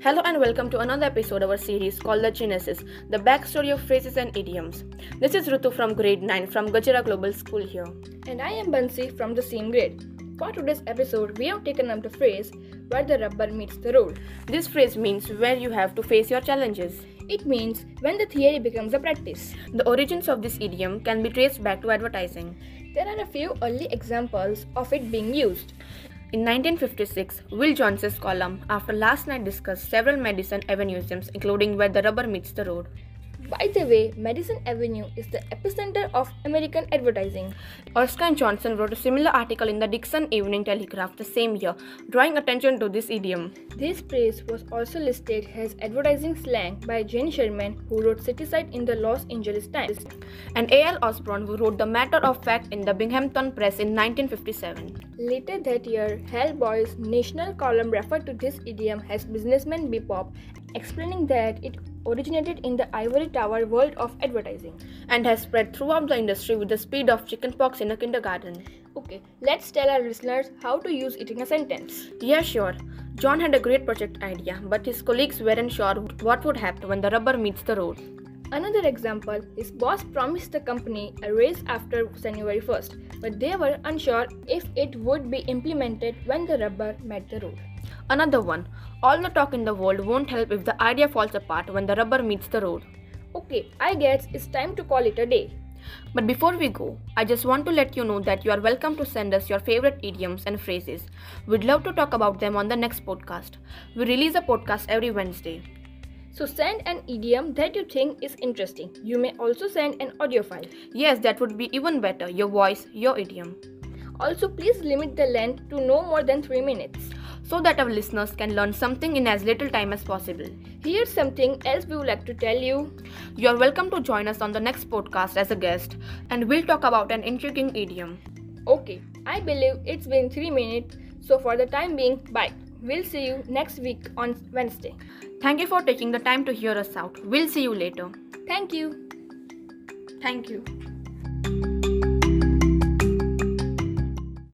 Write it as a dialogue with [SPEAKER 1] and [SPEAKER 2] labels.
[SPEAKER 1] Hello and welcome to another episode of our series called The Genesis, the backstory of phrases and idioms. This is Rutu from grade 9 from Gajara Global School here.
[SPEAKER 2] And I am Bansi from the same grade. For today's episode, we have taken up the phrase where the rubber meets the road.
[SPEAKER 1] This phrase means where you have to face your challenges.
[SPEAKER 2] It means when the theory becomes a practice.
[SPEAKER 1] The origins of this idiom can be traced back to advertising.
[SPEAKER 2] There are a few early examples of it being used.
[SPEAKER 1] In 1956, Will Johnson's column after last night discussed several Madison Avenuisms, including where the rubber meets the road.
[SPEAKER 2] By the way, Madison Avenue is the epicenter of American advertising.
[SPEAKER 1] Erskine Johnson wrote a similar article in the Dixon Evening Telegraph the same year, drawing attention to this idiom.
[SPEAKER 2] This phrase was also listed as advertising slang by Jane Sherman, who wrote Cityside in the Los Angeles Times.
[SPEAKER 1] and A.L. Osborne, who wrote The Matter of Fact in the Binghamton Press in 1957.
[SPEAKER 2] Later that year, Hellboy's national column referred to this idiom as businessman bebop, explaining that it originated in the ivory tower world of advertising.
[SPEAKER 1] And has spread throughout the industry with the speed of chickenpox in a kindergarten.
[SPEAKER 2] Okay, let's tell our listeners how to use it in a sentence.
[SPEAKER 1] Yeah, sure. John had a great project idea, but his colleagues weren't sure what would happen when the rubber meets the road.
[SPEAKER 2] Another example, his boss promised the company a raise after January 1st, but they were unsure if it would be implemented when the rubber met the road.
[SPEAKER 1] Another one. All the talk in the world won't help if the idea falls apart when the rubber meets the road.
[SPEAKER 2] Okay, I guess it's time to call it a day.
[SPEAKER 1] But before we go, I just want to let you know that you are welcome to send us your favorite idioms and phrases. We'd love to talk about them on the next podcast. We release a podcast every Wednesday.
[SPEAKER 2] So send an idiom that you think is interesting. You may also send an audio file.
[SPEAKER 1] Yes, that would be even better. Your voice, your idiom.
[SPEAKER 2] Also, please limit the length to no more than 3 minutes.
[SPEAKER 1] So that our listeners can learn something in as little time as possible.
[SPEAKER 2] Here's something else we would like to tell you.
[SPEAKER 1] You are welcome to join us on the next podcast as a guest, and we'll talk about an intriguing idiom.
[SPEAKER 2] Okay, I believe it's been 3 minutes, so for the time being, bye. We'll see you next week on Wednesday.
[SPEAKER 1] Thank you for taking the time to hear us out. We'll see you later.
[SPEAKER 2] Thank you.
[SPEAKER 1] Thank you.